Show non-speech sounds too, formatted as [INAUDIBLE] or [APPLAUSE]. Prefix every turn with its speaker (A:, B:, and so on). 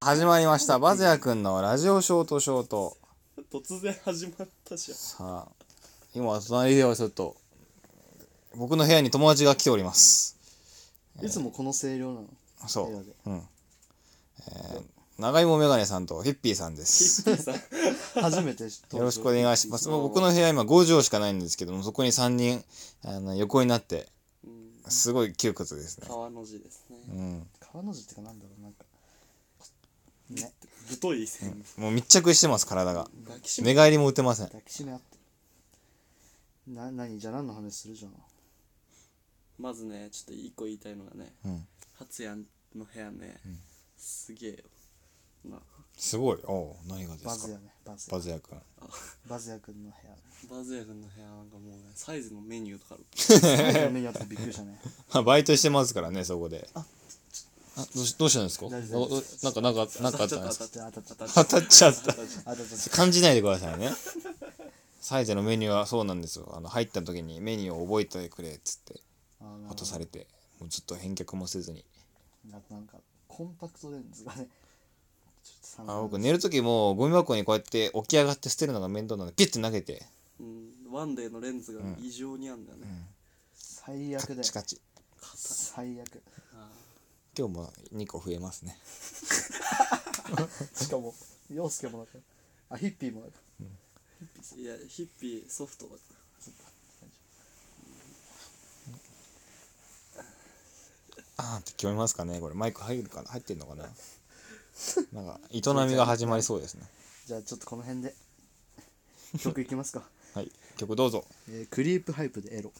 A: 始まりました。バズヤくんのラジオショートショート。
B: 突然始まったじゃん
A: さあ、今、隣ではちょっと、僕の部屋に友達が来ております。
B: いつもこの声
A: [LAUGHS]
B: 量なの
A: そ
B: 部屋で
A: う。うん。えー、長芋メガネさんとヒッピーさんで
B: ヒ
A: す。
B: ッピーさん
C: 初めて知った
A: よろしくお願いします。
B: どうぞ
A: 僕の部屋今5畳しかないんですけども、そこに3人、あの横になって、
B: うん
A: すごい窮屈ですね。
B: 川の字ですね
A: うん。
C: 川の字ってかなんだろうなんかね
B: 太い線
A: もう密着してます、体が。
B: 抱きしめ
A: 寝返りも打てません。
C: 抱きしめ合ってるな何じゃあ何の話するじゃん
B: まずねちょっと一個言いたいのがね
A: うん。
B: 初也の部屋ねすげえよな
A: すごい。おう何がですか
C: バズヤねバズヤ
A: バズヤくん。
C: バズヤ君の部屋
B: バズヤ君の部屋なんかもうねサイズのメニューとかある
C: 最後の目にあってびっくりした
A: [LAUGHS]
C: ね
A: あバイトしてますからねそこであどうしどうしたんですか
C: 大丈夫
A: おおなんかなんかなんかあったんです
B: ち
A: か
B: ょっ
C: じゃあ当たっちゃっ
A: 当たっちゃった
C: た当たっちゃった
A: 感じないでくださいねサイゼのメニューはそうなんですよあの入った時にメニューを覚えてくれっつって
C: あーなる
A: 落
C: ほ
A: とされてもうずっと返却もせずに
C: どあとなんかコンパクトレンズがねちょっと参考
A: あ
C: に
A: 僕寝る時もゴミ箱にこうやって起き上がって捨てるのが面倒なんでピッて投げて
B: うんワンデーのレンズが異常にあんだよね
C: 最
A: カ
C: 悪だ
A: ッ
C: よ
A: チカチ
C: 最悪
B: あ
A: 今日も2個増えますね
C: しかも陽介もだからあヒッピーもだから
B: ーいやヒッピーソフトだから
A: あーって聞こえますかねこれマイク入るかな入ってんのかななんか営みが始まりそうですね
C: じゃあちょっとこの辺で曲いきますか
A: はい曲どうぞ
C: えークリープハイプでエロ